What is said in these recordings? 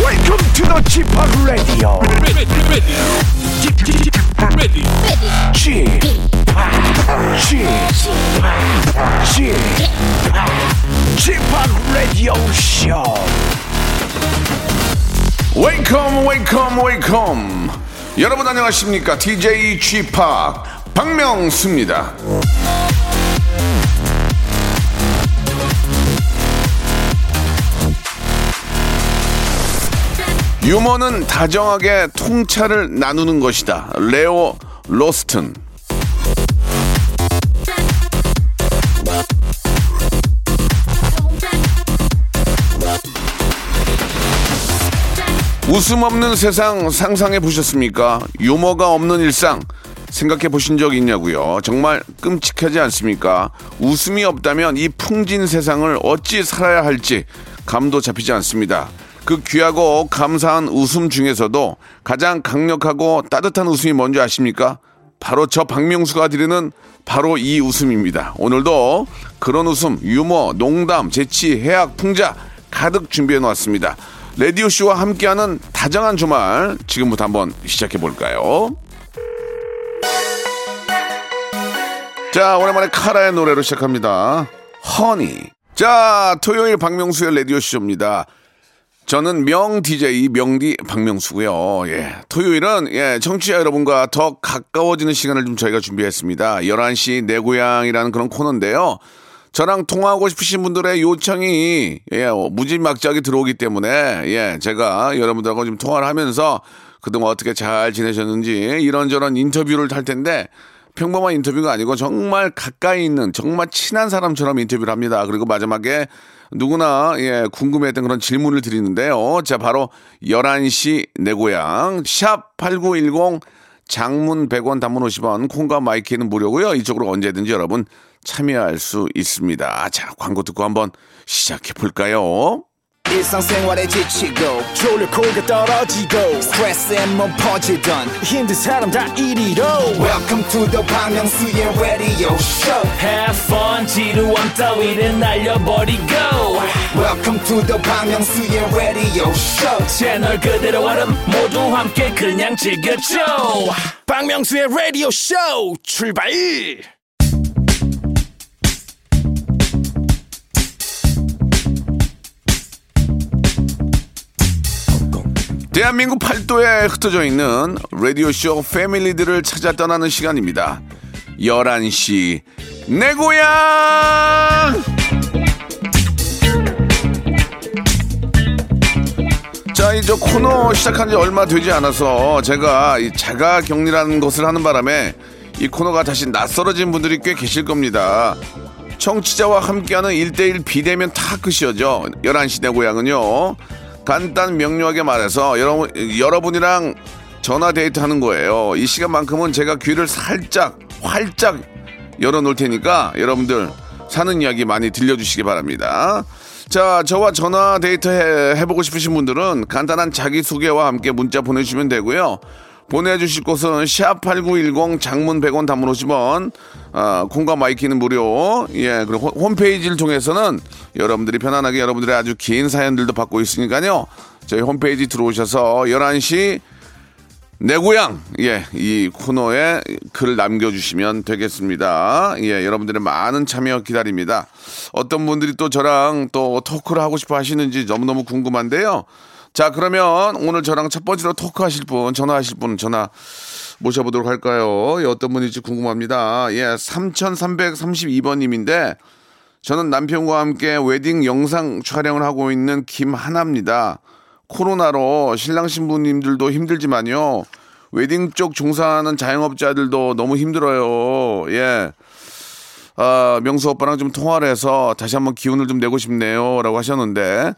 Welcome to the g p o p Radio. ready, ready, ready, g p o p G p o p Radio Show. 웨이컴 웨이컴 웨이컴 여러분 안녕하십니까 DJ g p o 박명수입니다 유머는 다정하게 통찰을 나누는 것이다 레오 로스튼 웃음 없는 세상 상상해 보셨습니까? 유머가 없는 일상 생각해 보신 적 있냐고요? 정말 끔찍하지 않습니까? 웃음이 없다면 이 풍진 세상을 어찌 살아야 할지 감도 잡히지 않습니다. 그 귀하고 감사한 웃음 중에서도 가장 강력하고 따뜻한 웃음이 뭔지 아십니까? 바로 저 박명수가 드리는 바로 이 웃음입니다. 오늘도 그런 웃음, 유머, 농담, 재치, 해악, 풍자 가득 준비해 놓았습니다. 라디오 쇼와 함께하는 다정한 주말 지금부터 한번 시작해 볼까요? 자, 오랜만에 카라의 노래로 시작합니다. 허니. 자, 토요일 박명수의 라디오 쇼입니다. 저는 명 DJ 명디 박명수고요. 예. 토요일은 예, 청취자 여러분과 더 가까워지는 시간을 좀 저희가 준비했습니다. 11시 내 고향이라는 그런 코너인데요. 저랑 통화하고 싶으신 분들의 요청이 예, 어, 무지막지하게 들어오기 때문에 예, 제가 여러분들하고 좀 통화를 하면서 그동안 어떻게 잘 지내셨는지 이런저런 인터뷰를 할 텐데 평범한 인터뷰가 아니고 정말 가까이 있는 정말 친한 사람처럼 인터뷰를 합니다. 그리고 마지막에 누구나 예, 궁금했던 그런 질문을 드리는데요. 자, 바로 11시 내 고향 샵8910 장문 100원 단문 50원 콩과 마이키는 무료고요. 이쪽으로 언제든지 여러분 참여할 수 있습니다. 자, 광고 듣고 한번 시작해 볼까요? 일상생활에 지치고, 졸려 코가 떨어지고 스트레스에 몸 퍼지던, 힘든 사람 다 이리로. welcome to the Bang Myung-soo's radio show Have fun 지루한 따위를 날려버리고 welcome to the Bang Myung-soo's radio show 채널 그대로 얼음 모두 함께 그냥 즐겨줘 박명수의 라디오 쇼 출발. 대한민국 팔도에 흩어져 있는 라디오쇼 패밀리들을 찾아 떠나는 시간입니다. 11시 내 고향! 자, 이제 코너 시작한 지 얼마 되지 않아서 제가 이 자가 격리라는 것을 하는 바람에 이 코너가 다시 낯설어진 분들이 꽤 계실 겁니다. 청취자와 함께하는 1대1 비대면 타 끝이어죠. 11시 내 고향은요. 간단 명료하게 말해서 여러분, 여러분이랑 전화 데이트 하는 거예요. 이 시간만큼은 제가 귀를 살짝, 활짝 열어놓을 테니까 여러분들 사는 이야기 많이 들려주시기 바랍니다. 자, 저와 전화 데이트 해, 해보고 싶으신 분들은 간단한 자기소개와 함께 문자 보내주시면 되고요. 보내주실 곳은 샵8910 장문 100원 단문 50원 아, 콩과 마이키는 무료 예 그리고 홈- 홈페이지를 통해서는 여러분들이 편안하게 여러분들의 아주 긴 사연들도 받고 있으니까요 저희 홈페이지 들어오셔서 11시 내 고향 예 이 코너에 글을 남겨주시면 되겠습니다 예 여러분들의 많은 참여 기다립니다 어떤 분들이 또 저랑 또 토크를 하고 싶어 하시는지 너무너무 궁금한데요 자 그러면 오늘 저랑 첫 번째로 토크하실 분 전화하실 분 전화 모셔보도록 할까요 예, 어떤 분일지 궁금합니다 예 3332번님인데 저는 남편과 함께 웨딩 영상 촬영을 하고 있는 김하나입니다. 코로나로 신랑 신부님들도 힘들지만요. 웨딩 쪽 종사하는 자영업자들도 너무 힘들어요. 예. 아, 명수 오빠랑 좀 통화를 해서 다시 한번 기운을 좀 내고 싶네요. 라고 하셨는데,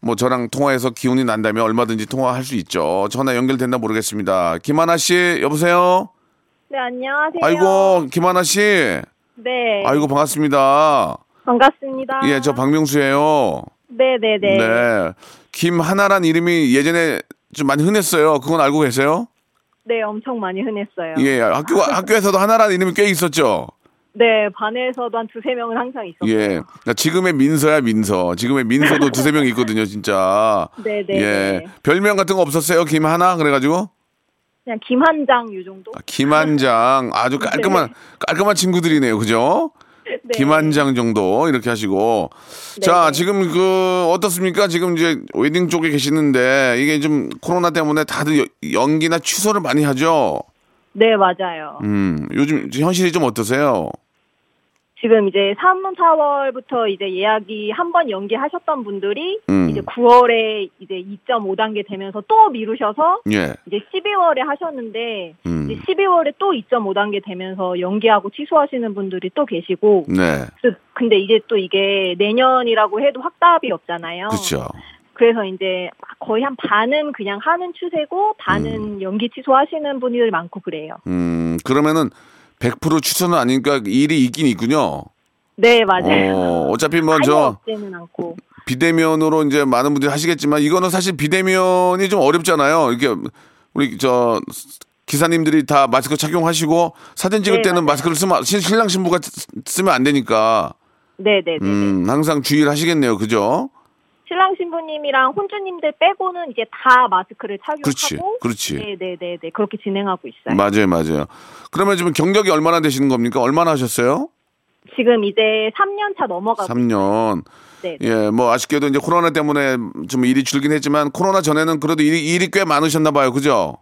뭐 저랑 통화해서 기운이 난다면 얼마든지 통화할 수 있죠. 전화 연결됐나 모르겠습니다. 김하나 씨, 여보세요? 네, 안녕하세요. 아이고, 김하나 씨. 네. 아이고, 반갑습니다. 반갑습니다. 예, 저 박명수예요. 네네네. 김하나란 이름이 예전에 좀 많이 흔했어요. 그건 알고 계세요? 네, 엄청 많이 흔했어요. 예, 학교 학교에서도 하나라는 이름이 꽤 있었죠. 네, 반에서도 한 두세 명은 항상 있었어요. 예. 나 지금의 민서야, 민서. 지금의 민서도 두세 명 있거든요, 진짜. 네, 네, 예. 네. 별명 같은 거 없었어요? 김하나? 그래가지고? 그냥 김한장 요 정도? 아, 김한장. 아주 깔끔한, 깔끔한 친구들이네요. 그죠? 네. 김한장 정도 이렇게 하시고 자 지금 그 어떻습니까 지금 이제 웨딩 쪽에 계시는데 이게 좀 코로나 때문에 다들 여- 연기나 취소를 많이 하죠 네, 맞아요. 음 요즘 현실이 좀 어떠세요 지금 이제 3, 4월부터 이제 예약이 한 번 연기하셨던 분들이 음. 이제 9월에 이제 2.5단계 되면서 또 미루셔서 예 이제 12월에 하셨는데 음. 이제 12월에 또 2.5단계 되면서 연기하고 취소하시는 분들이 또 계시고 네 그래서 근데 이제 또 이게 내년이라고 해도 확답이 없잖아요. 그렇죠 래서 이제 거의 한 반은 그냥 하는 추세고 반은 연기 취소하시는 분들이 많고 그래요. 음 그러면은 100% 취소는 아니니까 일이 있긴 있군요 네 맞아요. 어 어차피 아예 뭐 저 없지는 않고. 비대면으로 이제 많은 분들이 하시겠지만 이거는 사실 비대면이 좀 어렵잖아요. 이게 우리 저 기사님들이 다 마스크 착용하시고 사진 찍을 네, 때는 마스크를 쓰면 신- 신랑 신부가 쓰- 쓰면 안 되니까 네네네. 음, 항상 주의를 하시겠네요. 그죠? 신랑 신부님이랑 혼주님들 빼고는 이제 다 마스크를 착용하고. 그렇지, 그렇지. 네네네네. 그렇게 진행하고 있어요. 맞아요, 맞아요. 그러면 지금 경력이 얼마나 되시는 겁니까? 얼마나 하셨어요? 지금 이제 3년 차 넘어가고. 삼 년 네. 예, 뭐 아쉽게도 이제 코로나 때문에 좀 일이 줄긴 했지만 코로나 전에는 그래도 일이, 일이 꽤 많으셨나 봐요. 그죠?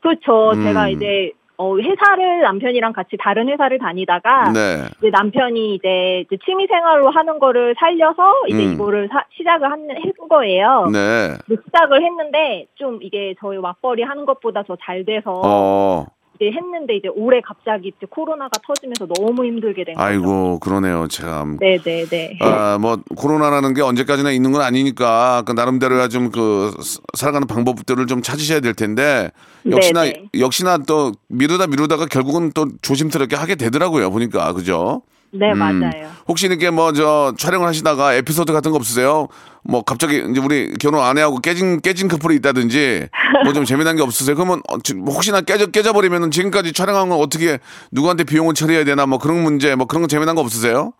그렇죠. 음. 제가 이제 어, 회사를 남편이랑 같이 다른 회사를 다니다가 네. 이제 남편이 이제, 이제 취미 생활로 하는 거를 살려서 이제 음. 이거를 사- 시작을 한, 한 거예요. 네. 근데 시작을 했는데 좀 이게 저희 맞벌이 하는 것보다 더 잘 돼서 어. 이제 했는데 이제 올해 갑자기 이제 코로나가 터지면서 너무 힘들게 된 거죠. 아이고, 그러네요. 참. 네, 네네네. 아, 뭐 코로나라는 게 언제까지나 있는 건 아니니까 그 나름대로야 좀 그 살아가는 방법들을 좀 찾으셔야 될 텐데 역시나 네네. 역시나 또 미루다 미루다가 결국은 또 조심스럽게 하게 되더라고요. 보니까 그죠? 네 음. 맞아요. 혹시 이렇게 뭐 저 촬영을 하시다가 에피소드 같은 거 없으세요? 뭐 갑자기 이제 우리 결혼 아내하고 깨진 깨진 커플이 있다든지 뭐 좀 재미난 게 없으세요? 그러면 어, 지- 뭐 혹시나 깨져 깨져 버리면은 지금까지 촬영한 건 어떻게 누구한테 비용을 처리해야 되나 뭐 그런 문제 뭐 그런 거 재미난 거 없으세요?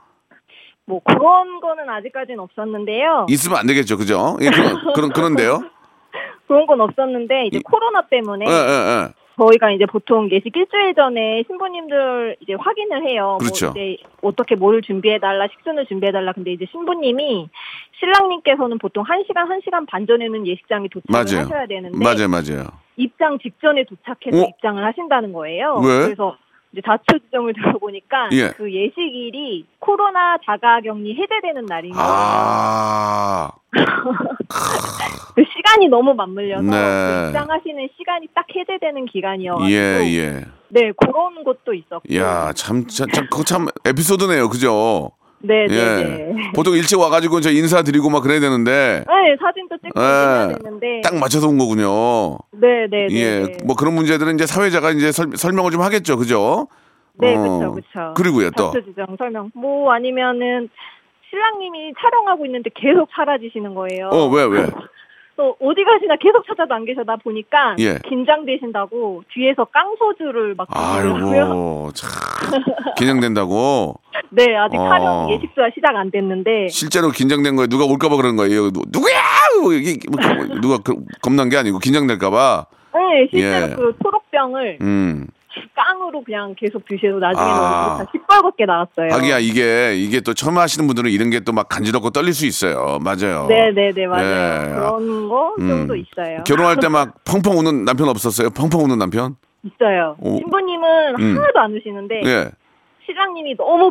뭐 그런 거는 아직까지는 없었는데요. 있으면 안 되겠죠, 그죠? 예, 그런, 그런 그런데요. 그런 건 없었는데 이제 이- 코로나 때문에 예, 예, 예. 저희가 이제 보통 예식 일주일 전에 신부님들 이제 확인을 해요. 그렇죠. 뭐 이제 어떻게 뭘 준비해달라, 식순을 준비해달라. 근데 이제 신부님이 신랑님께서는 보통 1시간, 1시간 반 전에는 예식장에 도착을 맞아요. 하셔야 되는데 맞아요, 맞아요. 입장 직전에 도착해서 어? 입장을 하신다는 거예요. 왜? 그래서 이제 자초 지정을 들어보니까 예. 그 예식일이 코로나 자가 격리 해제되는 날인 거예요. 아, 그 시간이 너무 맞물려서 네. 그 입장하시는 시간이 딱 해제되는 기간이어가지고 예, 예. 네 그런 것도 있었고 야, 참, 참, 참, 그거 참 에피소드네요, 그죠? 네네네. 예. 보통 일찍 와가지고 저 인사드리고 막 그래야 되는데 네, 사진도 찍고 예. 해야 되는데. 딱 맞춰서 온 거군요. 네, 네, 네. 예, 네. 뭐 그런 문제들은 이제 사회자가 이제 설, 설명을 좀 하겠죠, 그죠? 네, 어, 그렇죠, 그렇죠. 그리고요, 또. 자체 지정 설명. 뭐 아니면은 신랑님이 촬영하고 있는데 계속 사라지시는 거예요. 어, 왜, 왜? 또 어디 가시나 계속 찾아도 안 계셔다 보니까 예. 긴장되신다고 뒤에서 깡소주를 막 드시더라고요. 아이고, 참. 긴장된다고. 네, 아직 어. 촬영 예식도 시작 안 됐는데. 실제로 긴장된 거예요. 누가 올까봐 그런 거예요. 누- 누구야? 뭐 이게 뭐 그- 누가 그- 겁난 게 아니고 긴장될까봐. 네, 실제로 예. 그 초록병을 음. 깡으로 그냥 계속 드셔서 나중에 아. 다 시뻘겋게 나왔어요. 하기야 이게 이게 또 처음 하시는 분들은 이런 게 또 막 간지럽고 떨릴 수 있어요. 맞아요. 네네네 맞아요. 예. 그런 거 정도 음. 있어요. 결혼할 때 막 펑펑 우는 남편 없었어요? 펑펑 우는 남편? 있어요. 오. 신부님은 음. 하나도 안 우시는데 예. 신랑님이 너무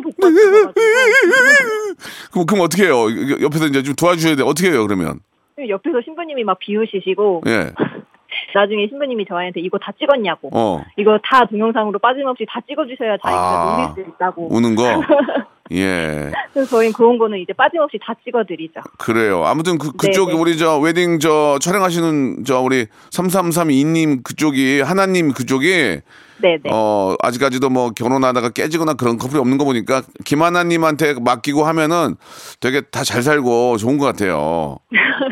네. 복받쳐가지고 그럼 그럼 어떻게 해요? 여- 옆에서 이제 좀 도와주셔야 돼. 어떻게 해요, 그러면? 옆에서 신부님이 막 비웃으시고 예. 나중에 신부님이 저한테 이거 다 찍었냐고 어. 이거 다 동영상으로 빠짐없이 다 찍어주셔야 아. 자기가 놀릴 수 있다고 우는 거. 예. 그래서 저희는 그런 거는 이제 빠짐없이 다 찍어드리죠. 그래요. 아무튼 그, 그쪽 네, 네. 우리 저 웨딩 저 촬영하시는 저 우리 3332님 그쪽이 하나님 그쪽이 네네. 어 아직까지도 뭐 결혼하다가 깨지거나 그런 커플이 없는 거 보니까 김하나님한테 맡기고 하면은 되게 다 잘 살고 좋은 것 같아요.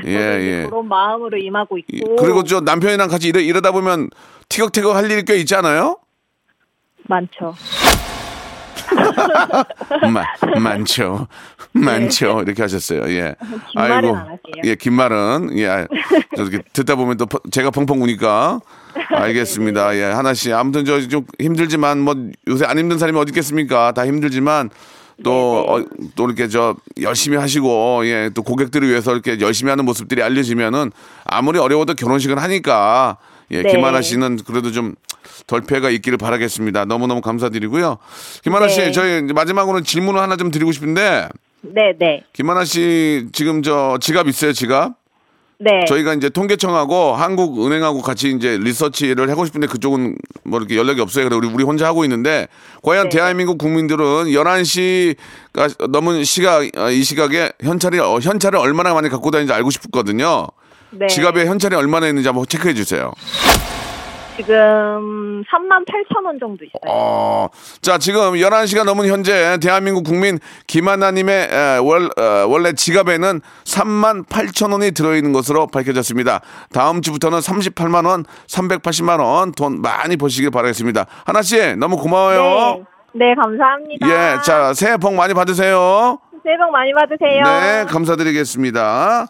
예 예. 그런 마음으로 임하고 이- 있고 그리고 저 남편이랑 같이 이러, 이러다 보면 티격태격 할 일이 꽤 있지 않아요? 많죠. 마, 많죠. 많죠. 이렇게 하셨어요. 예. 예. 말은 안 할게요. 예, 긴 말은. 예. 아, 저 이렇게 듣다 보면 또 퍼- 제가 펑펑 우니까. 알겠습니다. 예. 하나 씨. 아무튼 저 좀 힘들지만 뭐 요새 안 힘든 사람이 어디 있겠습니까? 다 힘들지만 또, 네, 어, 또 이렇게 저 열심히 하시고, 예. 또 고객들을 위해서 이렇게 열심히 하는 모습들이 알려지면은 아무리 어려워도 결혼식은 하니까. 예, 네. 김하나 씨는 그래도 좀 덜 패가 있기를 바라겠습니다. 너무너무 감사드리고요. 김하나 네. 씨, 저희 이제 마지막으로 질문을 하나 좀 드리고 싶은데, 네, 네, 김하나 씨 지금 저 지갑 있어요, 지갑? 네. 저희가 이제 통계청하고 한국은행하고 같이 이제 리서치를 하고 싶은데 그쪽은 뭐 이렇게 연락이 없어요. 그래 우리 우리 혼자 하고 있는데 과연 네. 대한민국 국민들은 11시가 넘은 시각 아, 이 시각에 현찰이 어, 현찰을 얼마나 많이 갖고 다니는지 알고 싶거든요. 네. 지갑에 현찰이 얼마나 있는지 한번 체크해 주세요. 지금 3만 8천 원 정도 있어요. 어, 자, 지금 11시가 넘은 현재 대한민국 국민 김하나님의 에, 월, 어, 원래 지갑에는 3만 8천 원이 들어있는 것으로 밝혀졌습니다. 다음 주부터는 38만 원, 380만 원 돈 많이 버시길 바라겠습니다. 하나씨, 너무 고마워요. 네. 네, 감사합니다. 예, 자, 새해 복 많이 받으세요. 새해 복 많이 받으세요. 네, 감사드리겠습니다.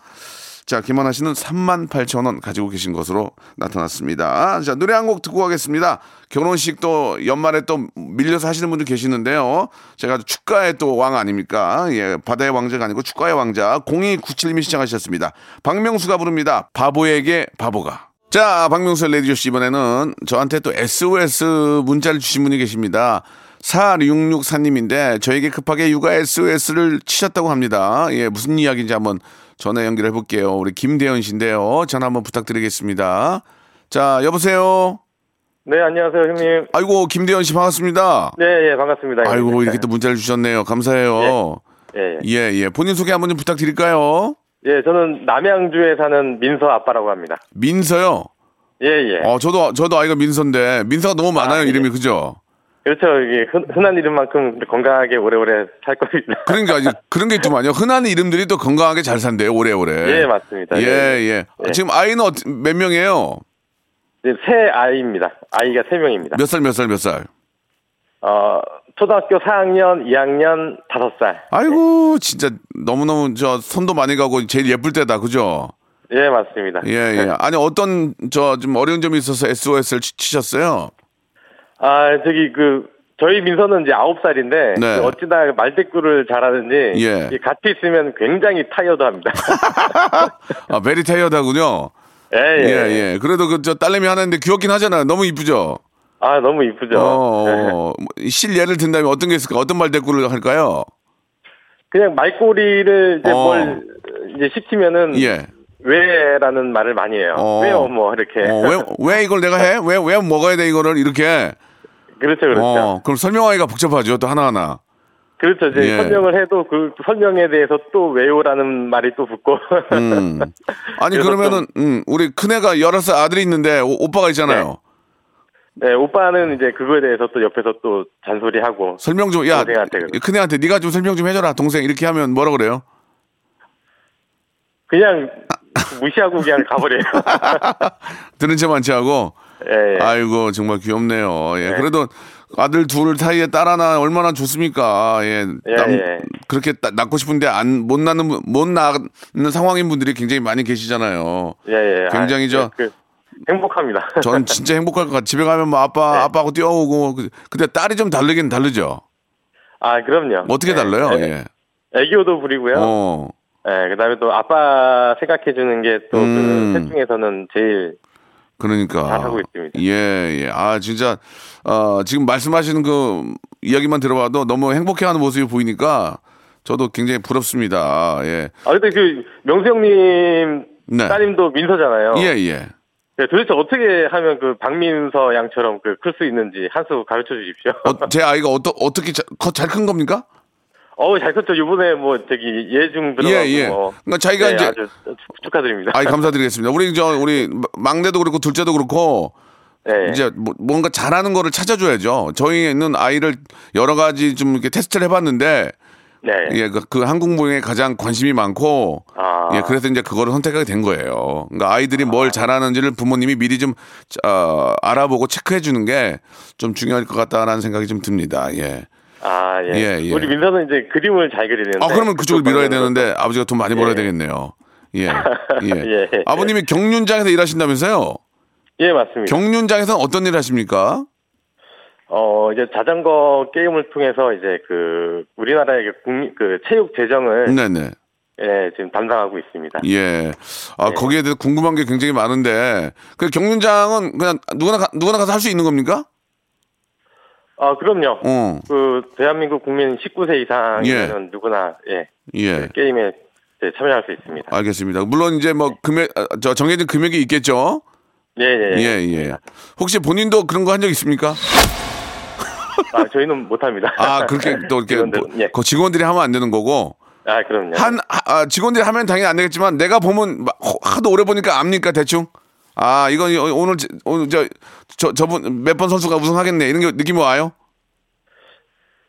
자, 김하나 씨는 38,000원 가지고 계신 것으로 나타났습니다. 자, 노래 한 곡 듣고 가겠습니다. 결혼식 또 연말에 또 밀려서 하시는 분들 계시는데요. 제가 축가의 또 왕 아닙니까? 예, 바다의 왕자가 아니고 축가의 왕자 0297님이 시청하셨습니다. 박명수가 부릅니다. 바보에게 바보가. 자, 박명수 레디오 씨 이번에는 저한테 또 SOS 문자를 주신 분이 계십니다. 4664님인데 저에게 급하게 육아 SOS를 치셨다고 합니다. 예, 무슨 이야기인지 한번 전화 연결해 볼게요. 우리 김대현 씨인데요. 전화 한번 부탁드리겠습니다. 자, 여보세요. 네, 안녕하세요, 형님. 아이고, 김대현 씨 반갑습니다. 네, 예, 반갑습니다. 아이고, 이렇게 또 문자를 주셨네요. 감사해요. 예, 예. 예, 예. 본인 소개 한번 좀 부탁드릴까요? 예, 저는 남양주에 사는 민서 아빠라고 합니다. 민서요. 예, 예. 어, 저도 저도 아이가 민서인데 민서가 너무 많아요, 아, 예. 이름이. 그죠? 그렇죠. 이게 흔, 흔한 이름만큼 건강하게 오래오래 살 겁니다. 그러니까 이제 그런 게 있더만요. 흔한 이름들이 또 건강하게 잘 산대요, 오래오래. 예, 맞습니다. 예, 예. 예. 지금 아이는 어찌- 몇 명이에요? 예, 새 아이입니다. 아이가 세 명입니다. 몇 살, 몇 살, 몇 살? 어, 초등학교 4학년, 2학년, 5살. 아이고, 진짜 너무너무 저 손도 많이 가고 제일 예쁠 때다, 그죠? 예, 맞습니다. 예, 예. 아니, 어떤 저 좀 어려운 점이 있어서 SOS를 치셨어요? 아, 저기 그 저희 민서는 이제 9살인데 그 네. 어찌나 말대꾸를 잘하는지 예. 이 같이 있으면 굉장히 타이어드 합니다. 아, 베리 테이어다군요. 예, 예, 예. 예. 그래도 그 저 딸내미 하나 있는데 귀엽긴 하잖아요. 너무 이쁘죠? 아, 너무 이쁘죠. 예. 어, 어. 실 예를 든다면 어떤 게 있을까? 어떤 말대꾸를 할까요? 그냥 말꼬리를 이제 어. 뭘 이제 시키면은 예. 왜라는 말을 많이 해요. 어. 왜요, 뭐 이렇게. 어, 왜, 왜 이걸 내가 해? 왜, 왜 먹어야 돼, 이거를? 이렇게. 그렇죠, 그렇죠. 어, 그럼 설명하기가 복잡하죠, 또 하나하나. 그렇죠. 이제 예. 설명을 해도 그 설명에 대해서 또 왜요라는 말이 또 붙고. 음. 아니, 그래서 그러면은, 음, 우리 큰애가 11살 아들이 있는데, 오, 빠가 있잖아요. 네. 네, 오빠는 이제 그거에 대해서 또 옆에서 또 잔소리하고. 설명 좀, 야, 동생한테 그래. 큰애한테 네가 좀 설명 좀 해줘라, 동생. 이렇게 하면 뭐라 그래요? 그냥 무시하고 그냥 가버려요. 들은 채만 채하고, 예, 예. 아이고, 정말 귀엽네요. 예, 그래도 아들 둘 사이에 딸 하나 얼마나 좋습니까? 예, 예, 남- 예. 그렇게 따- 낳고 싶은데 안, 못 낳는, 분- 못 낳는 상황인 분들이 굉장히 많이 계시잖아요. 예, 예. 굉장히 저- 그, 행복합니다. 전 진짜 행복할 것 같아. 집에 가면 뭐 아빠, 네. 아빠하고 뛰어오고. 그- 근데 딸이 좀 다르긴 다르죠. 아, 그럼요. 어떻게 예, 달라요? 예. 예. 애교도 부리고요. 어. 예, 그다음에 또 아빠 생각해 주는 게 또 그 음. 셋 중에서는 제일 그러니까. 잘하고 있습니다. 예, 예. 아, 진짜, 어, 지금 말씀하시는 그 이야기만 들어봐도 너무 행복해 하는 모습이 보이니까 저도 굉장히 부럽습니다. 예. 아 근데 그 명수 형님 네. 따님도 민서잖아요. 예, 예. 네, 도대체 어떻게 하면 그 박민서 양처럼 그 클 수 있는지 한 수 가르쳐 주십시오. 어, 제 아이가 어떠, 어떻게 잘 큰 겁니까? 어우 잘 컸죠. 이번에 뭐 저기 예중 들어가고 예, 예. 뭐. 그러니까 자기가 네, 이제- 아주 축- 축하드립니다. 아이, 감사드리겠습니다. 우리, 저, 우리 막내도 그렇고 둘째도 그렇고 네. 이제 뭐- 뭔가 잘하는 거를 찾아줘야죠. 저희는 아이를 여러 가지 좀 이렇게 테스트를 해봤는데 네. 예, 그, 그 한국 문화에 가장 관심이 많고 아. 예, 그래서 이제 그거를 선택하게 된 거예요. 그러니까 아이들이 뭘 잘하는지를 부모님이 미리 좀 어, 알아보고 체크해 주는 게 좀 중요할 것 같다라는 생각이 좀 듭니다. 예. 아, 예. 예, 예. 우리 민서는 이제 그림을 잘 그리는데. 아, 그러면 그쪽을 밀어야 방향으로. 되는데 아버지가 돈 많이 벌어야 예. 되겠네요. 예. 예. 예. 아버님이 경륜장에서 일하신다면서요? 예, 맞습니다. 경륜장에서는 어떤 일 하십니까? 어, 이제 자전거 게임을 통해서 이제 그 우리나라의 그 국민, 그 체육 재정을 네네. 예, 지금 담당하고 있습니다. 예. 아, 거기에 대해서 궁금한 게 굉장히 많은데. 그 경륜장은 그냥 누구나, 가, 누구나 가서 할 수 있는 겁니까? 아, 그럼요. 어. 그 대한민국 국민 19세 이상이면 누구나 예, 예. 게임에 이제 참여할 수 있습니다. 알겠습니다. 물론 이제 뭐 금액, 아, 저 정해진 금액이 있겠죠? 예, 예. 예, 예. 혹시 본인도 그런 거 한 적 있습니까? 아, 저희는 못 합니다. 아, 그렇게 또 이렇게 직원들, 뭐- 예. 그 직원들이 하면 안 되는 거고. 아, 그럼요. 한 아, 직원들이 하면 당연히 안 되겠지만 내가 보면 막 허- 하도 오래 보니까 압니까 대충 아 이건 이- 오늘 지- 오늘 저, 저 저분 몇 번 선수가 우승하겠네 이런 게 느낌이 와요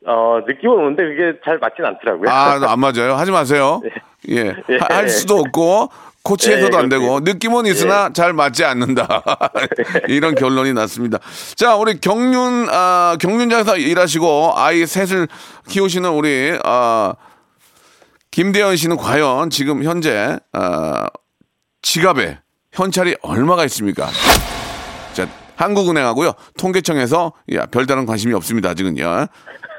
어, 느낌은 오는데 그게 잘 맞진 않더라고요. 아 안 맞아요 하지 마세요 예 예. 할 수도 없고 코치에서도 예, 안 되고 느낌은 있으나 잘 맞지 않는다 이런 결론이 났습니다 자 우리 경륜 아 경륜장에서 일하시고 아이 셋을 키우시는 우리 아 김대현 씨는 과연 지금 현재 아 지갑에 현찰이 얼마가 있습니까? 자, 한국은행하고요. 통계청에서 야, 별다른 관심이 없습니다. 아직은요.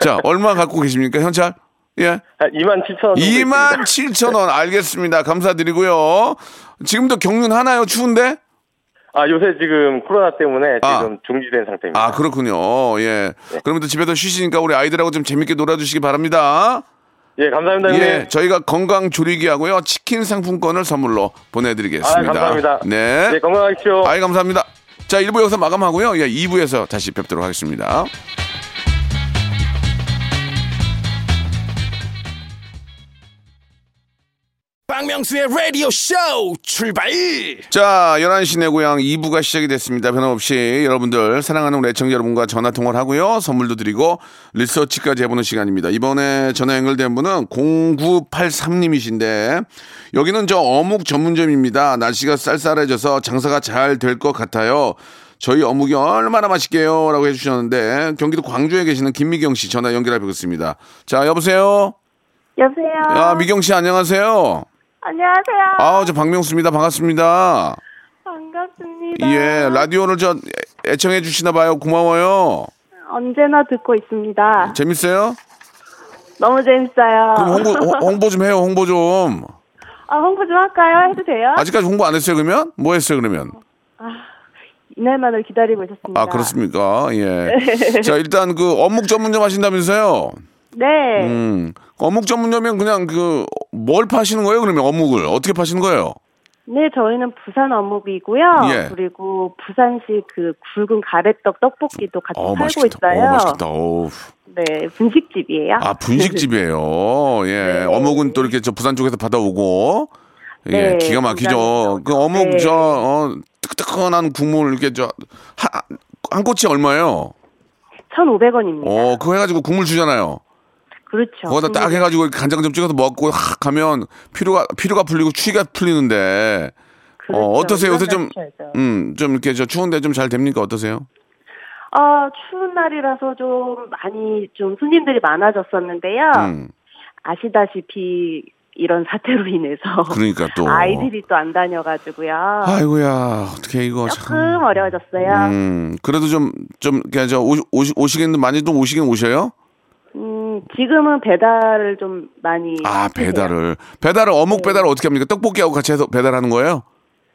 자, 얼마 갖고 계십니까? 현찰? 예. 한 2만 7천 원. 정도 2만 있습니다. 7천 원. 알겠습니다. 감사드리고요. 지금도 경륜 하나요? 추운데? 아, 요새 지금 코로나 때문에 아. 지금 중지된 상태입니다. 아, 그렇군요. 예. 네. 그러면 또 집에서 쉬시니까 우리 아이들하고 좀 재밌게 놀아주시기 바랍니다. 예, 감사합니다. 형님. 예, 저희가 건강 조리기하고요. 치킨 상품권을 선물로 보내드리겠습니다. 아, 감사합니다. 네. 예, 건강하십시오. 아이 감사합니다. 자, 1부 여기서 마감하고요. 예, 2부에서 다시 뵙도록 하겠습니다. 박명수의 라디오 쇼 출발! 자, 11시 내 고향 2부가 시작이 됐습니다. 변함없이 여러분들 사랑하는 우리 애청자 여러분과 전화 통화를 하고요. 선물도 드리고 리서치까지 해보는 시간입니다. 이번에 전화 연결된 분은 0983님이신데 여기는 저 어묵 전문점입니다. 날씨가 쌀쌀해져서 장사가 잘 될 것 같아요. 저희 어묵이 얼마나 맛있게요? 라고 해주셨는데 경기도 광주에 계시는 김미경 씨 전화 연결해 보겠습니다. 자, 여보세요? 여보세요. 아, 미경 씨 안녕하세요. 안녕하세요. 아우, 저 박명수입니다. 반갑습니다. 반갑습니다. 예, 라디오를 저 애청해 주시나 봐요. 고마워요. 언제나 듣고 있습니다. 재밌어요? 너무 재밌어요. 그럼 홍보 홍- 홍보 좀 해요. 홍보 좀. 아, 홍보 좀 할까요? 해도 돼요? 아직까지 홍보 안 했어요, 그러면? 뭐 했어요, 그러면? 이날만을 기다리고 있었습니다. 아, 그렇습니까? 예. 자, 일단 그 어묵 전문점 하신다면서요? 네. 음. 어묵 전문점이면 그냥 그 뭘 파시는 거예요, 그러면 어묵을? 어떻게 파시는 거예요? 네, 저희는 부산 어묵이고요. 예. 그리고 부산식 그 굵은 가래떡 떡볶이도 같이 어, 팔고 맛있겠다. 있어요. 어, 맛있겠다. 어우. 네, 분식집이에요. 아, 분식집이에요. 예. 네. 어묵은 또 이렇게 저 부산 쪽에서 받아오고. 예, 네, 기가 막히죠. 부산에서. 그 어묵 네. 저 어, 뜨끈뜨끈한 국물 이렇게 저한 꼬치 얼마예요? 1,500원입니다. 어, 그거 해가지고 국물 주잖아요. 그렇죠. 그거다 딱 해가지고 간장 좀 찍어서 먹고 확 가면 피로가 피로가 풀리고 추위가 풀리는데 그렇죠. 어, 어떠세요? 요새 좀 그렇죠. 음, 좀 이렇게 저 추운데 좀 잘 됩니까? 어떠세요? 아, 추운 날이라서 좀 많이 좀 손님들이 많아졌었는데요. 음, 아시다시피 이런 사태로 인해서 그러니까 또 아이들이 또 안 다녀가지고요. 아이고야 어떻게 이거 참. 조금 어려워졌어요. 음. 음, 그래도 좀 좀 그냥 저 오시, 오시, 오시겠는데 많이 좀 오시긴 오셔요? 음, 지금은 배달을 좀 많이 아 배달을 배달을 어묵 배달을 어떻게 합니까? 떡볶이하고 같이 해서 배달하는 거예요?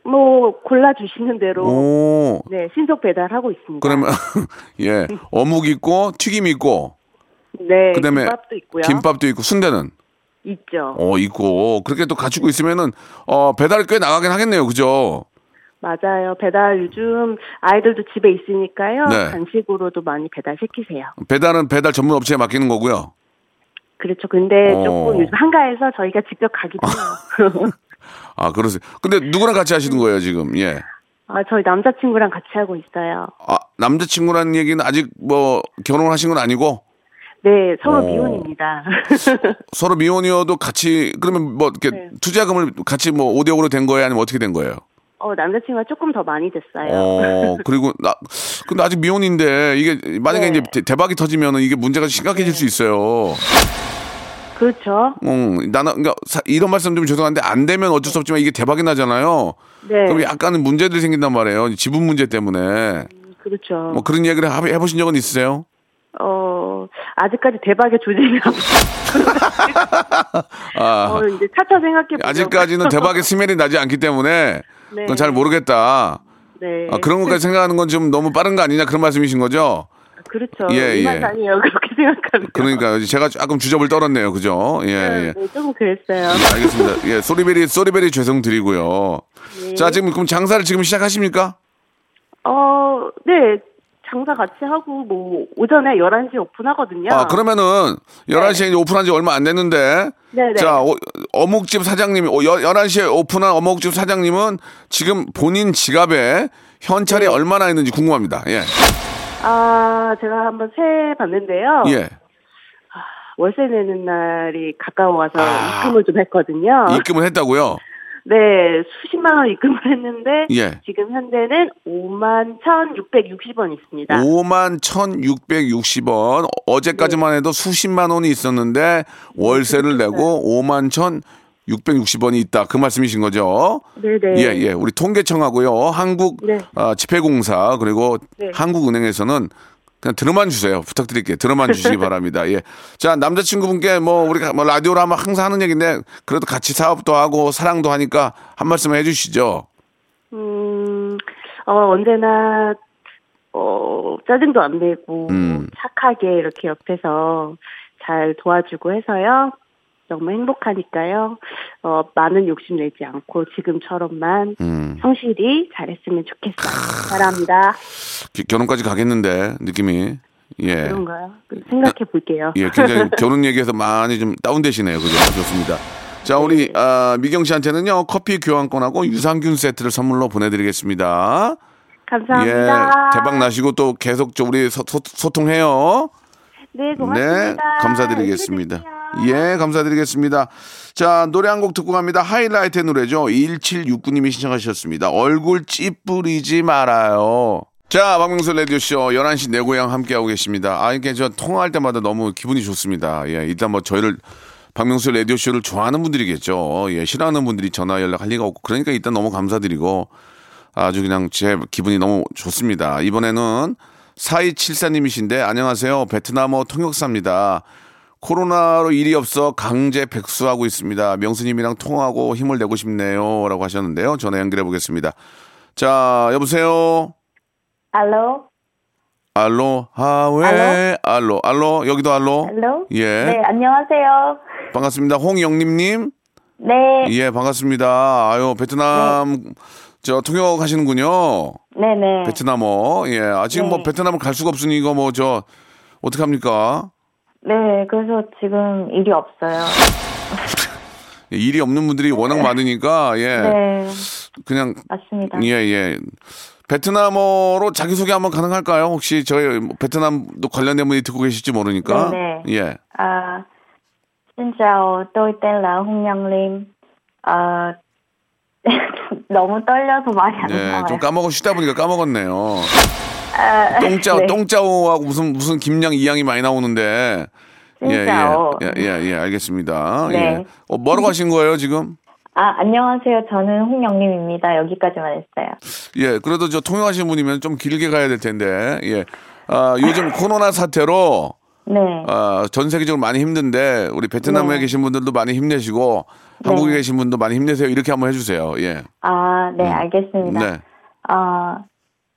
뭐 골라 주시는 대로 오 네 신속 배달하고 있습니다. 그러면 예 어묵 있고 튀김 있고 네 그다음에 김밥도 있고요. 김밥도 있고 순대는 있죠. 어 있고 그렇게 또 갖추고 있으면은 어 배달 꽤 나가긴 하겠네요, 그죠? 맞아요. 배달 요즘 아이들도 집에 있으니까요. 네. 간식으로도 많이 배달 시키세요. 배달은 배달 전문 업체에 맡기는 거고요. 그렇죠. 근데 어. 조금 요즘 한가해서 저희가 직접 가기 힘들어요. 아 그러세요. 근데 누구랑 같이 하시는 거예요 지금? 예. 아, 저희 남자친구랑 같이 하고 있어요. 아 남자친구라는 얘기는 아직 뭐 결혼하신 건 아니고 네, 서로 어. 미혼입니다. 서로 미혼이어도 같이 그러면 뭐 이렇게 투자금을 같이 뭐 5대 5로 된 거예요, 아니면 어떻게 된 거예요? 어, 남자친구가 조금 더 많이 됐어요. 어, 그리고 나, 근데 아직 미혼인데 이게 만약에 네. 이제 대- 대박이 터지면은 이게 문제가 심각해질 수 있어요. 그렇죠. 응, 나는 그러니까 사- 이런 말씀 좀 죄송한데 안 되면 어쩔 수 없지만 이게 대박이 나잖아요. 네. 그럼 약간은 문제들이 생긴단 말이에요. 지분 문제 때문에. 그렇죠. 뭐 그런 얘기를 하- 해보신 적은 있으세요? 어, 아직까지 대박의 조짐이 안 아, 어, 이제 차차 생각해 보죠. 아직까지는 대박의 스멜이 나지 않기 때문에 네. 그건 잘 모르겠다. 네. 아, 그런 것까지 생각하는 건 좀 너무 빠른 거 아니냐 그런 말씀이신 거죠? 그렇죠. 예, 이만 예. 아니에요. 그렇게 생각하면. 그러니까 제가 조금 주접을 떨었네요. 그죠? 예, 예. 네, 조금 그랬어요. 알겠습니다. 예, 소리베리, 소리베리 죄송드리고요. 예. 자, 지금 그럼 장사를 지금 시작하십니까? 어, 네. 장사 같이 하고 뭐 오전에 11시 오픈하거든요. 아, 그러면은 11시에 오픈한 지 얼마 안 됐는데 네. 네네. 자, 어, 어묵집 사장님이 어, 여- 11시에 오픈한 어묵집 사장님은 지금 본인 지갑에 현찰이 네. 얼마나 있는지 궁금합니다. 예. 아, 제가 한번 세 봤는데요. 예. 월세 내는 날이 가까워와서 아. 입금을 좀 했거든요. 입금을 했다고요? 네, 수십만 원 입금을 했는데 예. 지금 현재는 5만 1,660원 있습니다. 5만 1,660원. 어제까지만 해도 수십만 원이 있었는데 월세를 내고 5만 1,660원이 있다. 그 말씀이신 거죠? 네네. 예, 예. 우리 통계청하고요. 한국 네. 아, 지폐공사 그리고 네. 한국은행에서는 그냥 들어만 주세요. 부탁드릴게요. 들어만 주시기 바랍니다. 예. 자, 남자친구분께 뭐 우리가 뭐 라디오로 하면 항상 하는 얘기인데 그래도 같이 사업도 하고 사랑도 하니까 한 말씀 해 주시죠. 음, 어, 언제나, 어, 짜증도 안 내고, 음. 착하게 이렇게 옆에서 잘 도와주고 해서요. 너무 행복하니까요. 어, 많은 욕심 내지 않고 지금처럼만 음. 성실히 잘했으면 좋겠어요. 바랍니다. 기- 결혼까지 가겠는데 느낌이. 예. 그런가요? 생각해 볼게요. 예, 굉장히 결혼 얘기에서 많이 좀 다운되시네요. 그죠? 좋습니다. 자, 네. 우리 아, 미경 씨한테는요. 커피 교환권하고 유산균 세트를 선물로 보내 드리겠습니다. 감사합니다. 예, 대박 나시고 또 계속 저 우리 소, 통해요 네, 고맙습니다. 네, 감사드리겠습니다. 힘내세요. 예, 감사드리겠습니다. 자, 노래 한 곡 듣고 갑니다. 하이라이트의 노래죠. 1769님이 신청하셨습니다. 얼굴 찌푸리지 말아요. 자, 박명수 레디오쇼 11시 내 고향 함께하고 계십니다. 아, 이게 저 통화할 때마다 너무 기분이 좋습니다. 예, 일단 뭐 저희를 박명수 레디오쇼를 좋아하는 분들이겠죠. 예, 싫어하는 분들이 전화 연락할 리가 없고 그러니까 일단 너무 감사드리고 아주 그냥 제 기분이 너무 좋습니다. 이번에는 4274님이신데 안녕하세요. 베트남어 통역사입니다. 코로나로 일이 없어 강제 백수하고 있습니다. 명수님이랑 통화하고 힘을 내고 싶네요. 라고 하셨는데요. 전화 연결해 보겠습니다. 자, 여보세요. 알로? 알로, 하웨, 알로, 알로, 여기도 알로. 알로? 예. 네, 안녕하세요. 반갑습니다. 홍영림님. 네, 예, 반갑습니다. 아유, 베트남, 저 통역 하시는군요. 네네. 베트남어. 예. 아, 지금 뭐 네. 베트남을 갈 수가 없으니 이거 뭐 저, 어떡합니까? 네, 그래서 지금 일이 없어요. 예, 일이 없는 분들이 워낙 많으니까, 예. 네, 그냥, 맞습니다. 예, 예. 베트남어로 자기소개 한번 가능할까요? 혹시 저희 뭐 베트남도 관련된 분이 듣고 계실지 모르니까. 네, 예. À, xin chào, tôi tên là Hung Nhân Lim. À, 아, 너무 떨려서 말이 안 예. 나와요. 좀 까먹어, 쉬다 보니까 까먹었네요. 똥짜오, 네. 똥짜오하고 무슨, 무슨 김양, 이양이 많이 나오는데. 예, 똥짜오. 예, 예, 예, 예, 알겠습니다. 네. 예. 어, 뭐라고 하신 거예요, 지금? 아, 안녕하세요. 저는 홍영림입니다. 여기까지만 했어요. 예, 그래도 저 통역하시는 분이면 좀 길게 가야 될 텐데, 예. 아, 요즘 코로나 사태로, 네, 아, 전 세계적으로 많이 힘든데, 우리 베트남에 네. 계신 분들도 많이 힘내시고, 한국에 계신 분도 많이 힘내세요. 이렇게 한번 해주세요. 예. 아, 네, 알겠습니다. 네. Ờ,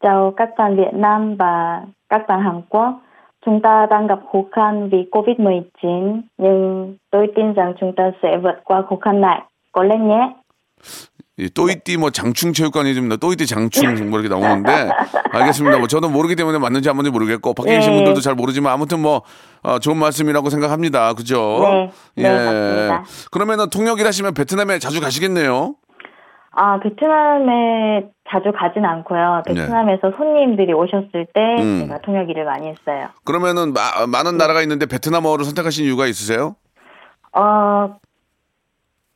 chào các bạn Việt Nam và các bạn Hàn Quốc. Chúng ta đang gặp khó khăn vì Covid-19, nhưng tôi tin rằng chúng ta sẽ vượt qua khó khăn này. Cố lên nhé. 이 또이띠 뭐 장충 체육관이 좀, 나- 또이띠 장충 뭐 이렇게 나오는데, 알겠습니다. 뭐 저도 모르기 때문에 맞는지 안 맞는지 모르겠고, 밖에 계신 네. 분들도 잘 모르지만, 아무튼 뭐, 어, 좋은 말씀이라고 생각합니다. 그죠? 예. 네. 네, 맞습니다. 그러면은 통역일 하시면 베트남에 자주 가시겠네요. 아, 베트남에 자주 가진 않고요. 네. 베트남에서 손님들이 오셨을 때 음. 제가 통역 일을 많이 했어요. 그러면은 마- 아, 많은 나라가 있는데 베트남어를 선택하신 이유가 있으세요? 어,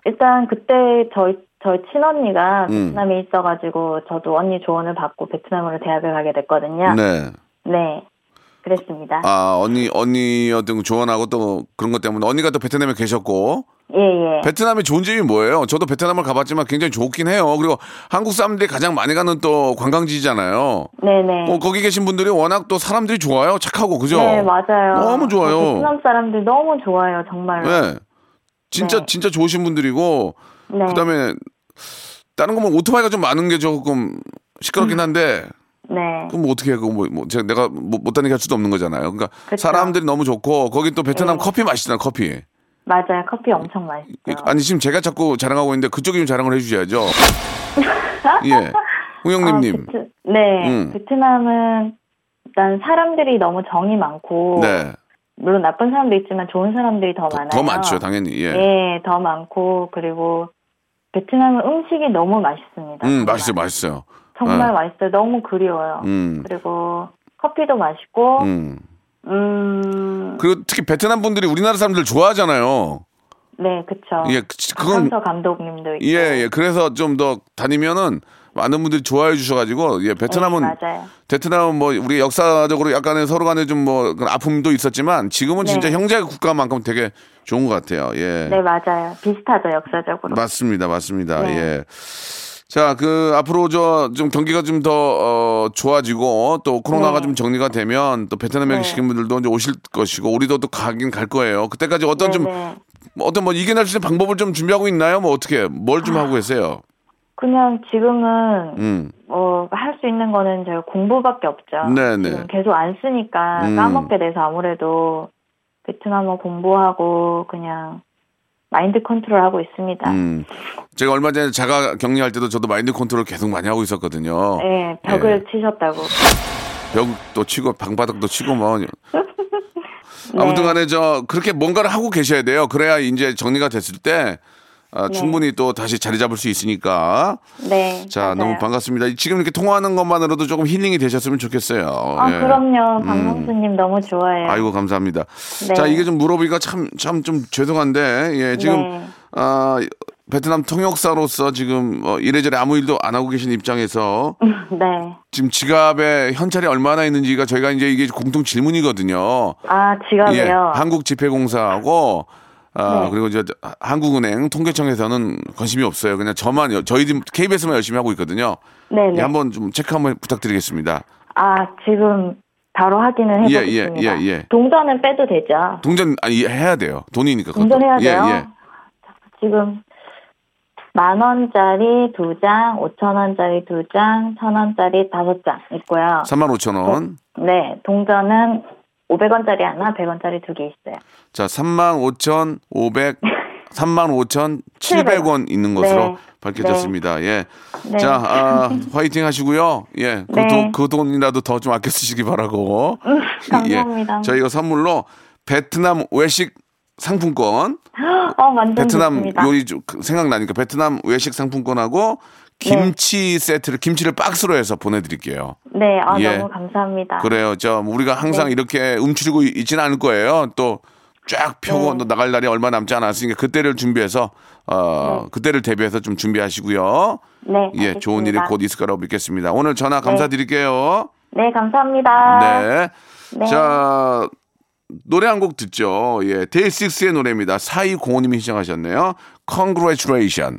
일단 어, 그때 저희 저희 친언니가 음. 베트남에 있어가지고 저도 언니 조언을 받고 베트남으로 대학을 가게 됐거든요. 네. 네, 그랬습니다. 아 언니 언니 어떤 조언하고 또 그런 것 때문에 언니가 또 베트남에 계셨고 예, 예. 베트남의 좋은 점이 뭐예요? 저도 베트남을 가봤지만 굉장히 좋긴 해요. 그리고 한국 사람들이 가장 많이 가는 또 관광지잖아요. 네네. 어, 거기 계신 분들이 워낙 또 사람들이 좋아요. 착하고 그죠? 네, 맞아요. 너무 좋아요. 어, 베트남 사람들 너무 좋아요, 정말로. 네. 진짜 네. 진짜 좋으신 분들이고 네. 그다음에 다른 거면 뭐 오토바이가 좀 많은 게 조금 시끄럽긴 음. 한데 네. 그럼 뭐 어떻게 해? 그거 뭐, 뭐 제가 내가 뭐, 못 다니게 할 수도 없는 거잖아요. 그러니까 그쵸. 사람들이 너무 좋고 거기 또 베트남 네. 커피 맛있잖아요. 커피. 맞아요. 커피 엄청 맛있죠. 이- 아니 지금 제가 자꾸 자랑하고 있는데 그쪽이 좀 자랑을 해주셔야죠. 예, 홍영님님. 아, 베트, 네. 음. 베트남은 일단 사람들이 너무 정이 많고 네, 물론 나쁜 사람도 있지만 좋은 사람들이 더 많아요. 더 많죠 당연히. 예, 예, 더 많고 그리고 베트남은 음식이 너무 맛있습니다. 음 정말. 맛있어요, 맛있어요. 정말 어. 맛있어요. 너무 그리워요. 음, 그리고 커피도 맛있고 음. 음, 그리고 특히 베트남 분들이 우리나라 사람들 좋아하잖아요. 네, 그쵸. 예, 그- 그건 박항서 감독님도 있고. 예, 예. 그래서 좀 더 다니면은 많은 분들이 좋아해 주셔가지고 예, 베트남은 네, 맞아요. 베트남은 뭐 우리 역사적으로 약간의 서로 간에 좀 뭐 아픔도 있었지만 지금은 네. 진짜 형제 국가만큼 되게 좋은 것 같아요. 예. 네, 맞아요. 비슷하죠, 역사적으로. 맞습니다, 맞습니다. 네. 예. 자, 그 앞으로 저 좀 경기가 좀 더 어, 좋아지고 또 코로나가 네. 좀 정리가 되면 또 베트남에 네. 계신 분들도 이제 오실 것이고 우리도 또 가긴 갈 거예요. 그때까지 어떤 좀 네네. 어떤 뭐 이겨낼 수 있는 방법을 좀 준비하고 있나요? 뭐 어떻게 뭘 좀 하고 계세요? 그냥 지금은 음. 뭐 할 수 있는 거는 저희 공부밖에 없죠. 네네. 지금 계속 안 쓰니까 음. 까먹게 돼서 아무래도 베트남어 공부하고 그냥 마인드 컨트롤하고 있습니다. 음. 제가 얼마 전에 자가 격리할 때도 저도 마인드 컨트롤 계속 많이 하고 있었거든요. 네, 예. 벽을 치셨다고. 벽도 치고 방바닥도 치고 뭐 네. 아무튼간에 저 그렇게 뭔가를 하고 계셔야 돼요. 그래야 이제 정리가 됐을 때 아, 네. 충분히 또 다시 자리 잡을 수 있으니까. 네. 자 맞아요. 너무 반갑습니다. 지금 이렇게 통화하는 것만으로도 조금 힐링이 되셨으면 좋겠어요. 아, 예. 그럼요. 박명수님 너무 좋아해요. 아이고 감사합니다. 네. 자 이게 좀 물어보기가 참 참 좀 죄송한데 예 지금 네. 아 베트남 통역사로서 지금 어, 이래저래 아무 일도 안 하고 계신 입장에서 네. 지금 지갑에 현찰이 얼마나 있는지가 저희가 이제 이게 공통 질문이거든요. 아, 예, 지갑이요. 한국지폐공사하고 아, 네. 그리고 이제 한국은행 통계청에서는 관심이 없어요. 그냥 저만 여- 저희 팀 KBS만 열심히 하고 있거든요. 네네. 예, 한번 좀 체크 한번 부탁드리겠습니다. 아, 지금 바로 확인을 예, 해보겠습니다. 예, 예, 예. 동전은 빼도 되죠? 동전 아니 예, 해야 돼요. 돈이니까. 그것도. 동전해야 돼요? 예, 예. 지금 만 원짜리 두 장, 오천 원짜리 두 장, 천 원짜리 다섯 장 있고요. 35,000원. 네, 동전은 오백 원짜리 하나, 백 원짜리 두 개 있어요. 자, 35,500 35,700원 있는 것으로 네. 밝혀졌습니다. 예. 네. 자, 아, 화이팅 하시고요. 예. 그, 네. 음, 돈, 그 돈이라도 더 좀 아껴 쓰시기 바라고. 감사합니다. 예, 저희가 선물로 베트남 외식 상품권, 어, 완전 베트남 좋습니다. 요리 좀그 생각나니까 베트남 외식 상품권하고 김치 세트를 김치를 박스로 해서 보내드릴게요. 네, 아, 예. 너무 감사합니다. 그래요. 저 우리가 네. 항상 이렇게 움츠리고 있지는 않을 거예요. 또 쫙 펴고 네. 또 나갈 날이 얼마 남지 않았으니까 그때를 준비해서 어 그때를 대비해서 좀 준비하시고요. 네, 예, 좋은 일이 알겠습니다. 곧 있을 거라고 믿겠습니다. 오늘 전화 감사드릴게요. 네, 감사합니다. 네. 네. 자, 노래 한 곡 듣죠. 예, 데이식스의 노래입니다. 4205님이 시청하셨네요. Congratulation.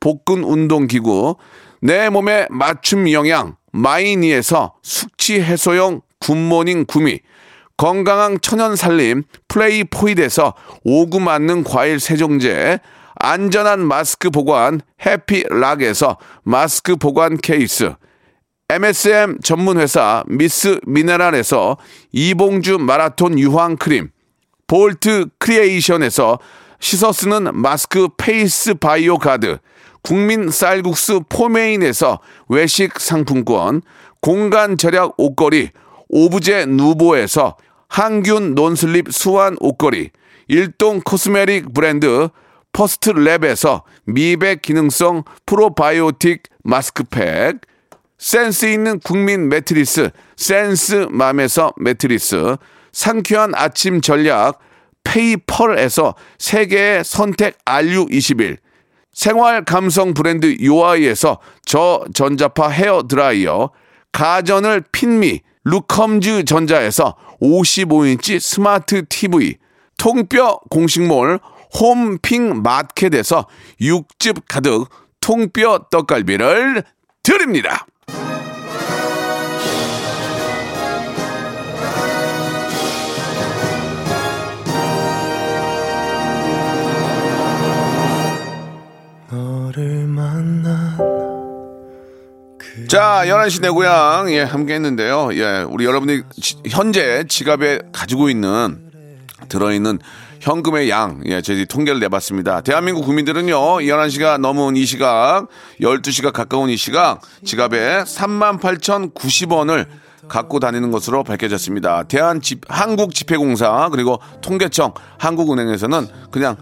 복근 운동기구, 내 몸에 맞춤 영양 마이니에서 숙취 해소용 굿모닝 구미, 건강한 천연 살림 플레이 포이드에서 오구 맞는 과일 세정제 안전한 마스크 보관 해피락에서 마스크 보관 케이스 MSM 전문 회사 미스 미네랄에서 이봉주 마라톤 유황 크림 볼트 크리에이션에서 씻어 쓰는 마스크 페이스 바이오 가드, 국민 쌀국수 포메인에서 외식 상품권, 공간 절약 옷걸이, 오브제 누보에서 항균 논슬립 수완 옷걸이, 일동 코스메릭 브랜드 퍼스트 랩에서 미백 기능성 프로바이오틱 마스크팩, 센스 있는 국민 매트리스 센스 맘에서 매트리스 상쾌한 아침 전략 페이펄에서 세계의 선택 RU21 생활 감성 브랜드 요아이에서 저전자파 헤어 드라이어 가전을 핀미 루컴즈 전자에서 55인치 스마트 TV 통뼈 공식몰 홈핑 마켓에서 육즙 가득 통뼈 떡갈비를 드립니다. 자, 11시 내 고향, 예, 함께 했는데요. 예, 우리 여러분이 지- 현재 지갑에 가지고 있는, 들어있는 현금의 양, 예, 저희 통계를 내봤습니다. 대한민국 국민들은요, 11시가 넘은 이 시각, 12시가 가까운 이 시각, 지갑에 38,090원을 갖고 다니는 것으로 밝혀졌습니다. 대한 집, 한국집회공사, 그리고 통계청, 한국은행에서는 그냥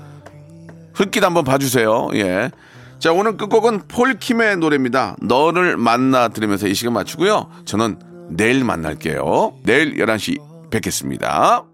흙길 한번 봐주세요. 예. 자, 오늘 끝곡은 폴킴의 노래입니다. 너를 만나 들으면서 이 시간 마치고요. 저는 내일 만날게요. 내일 11시 뵙겠습니다.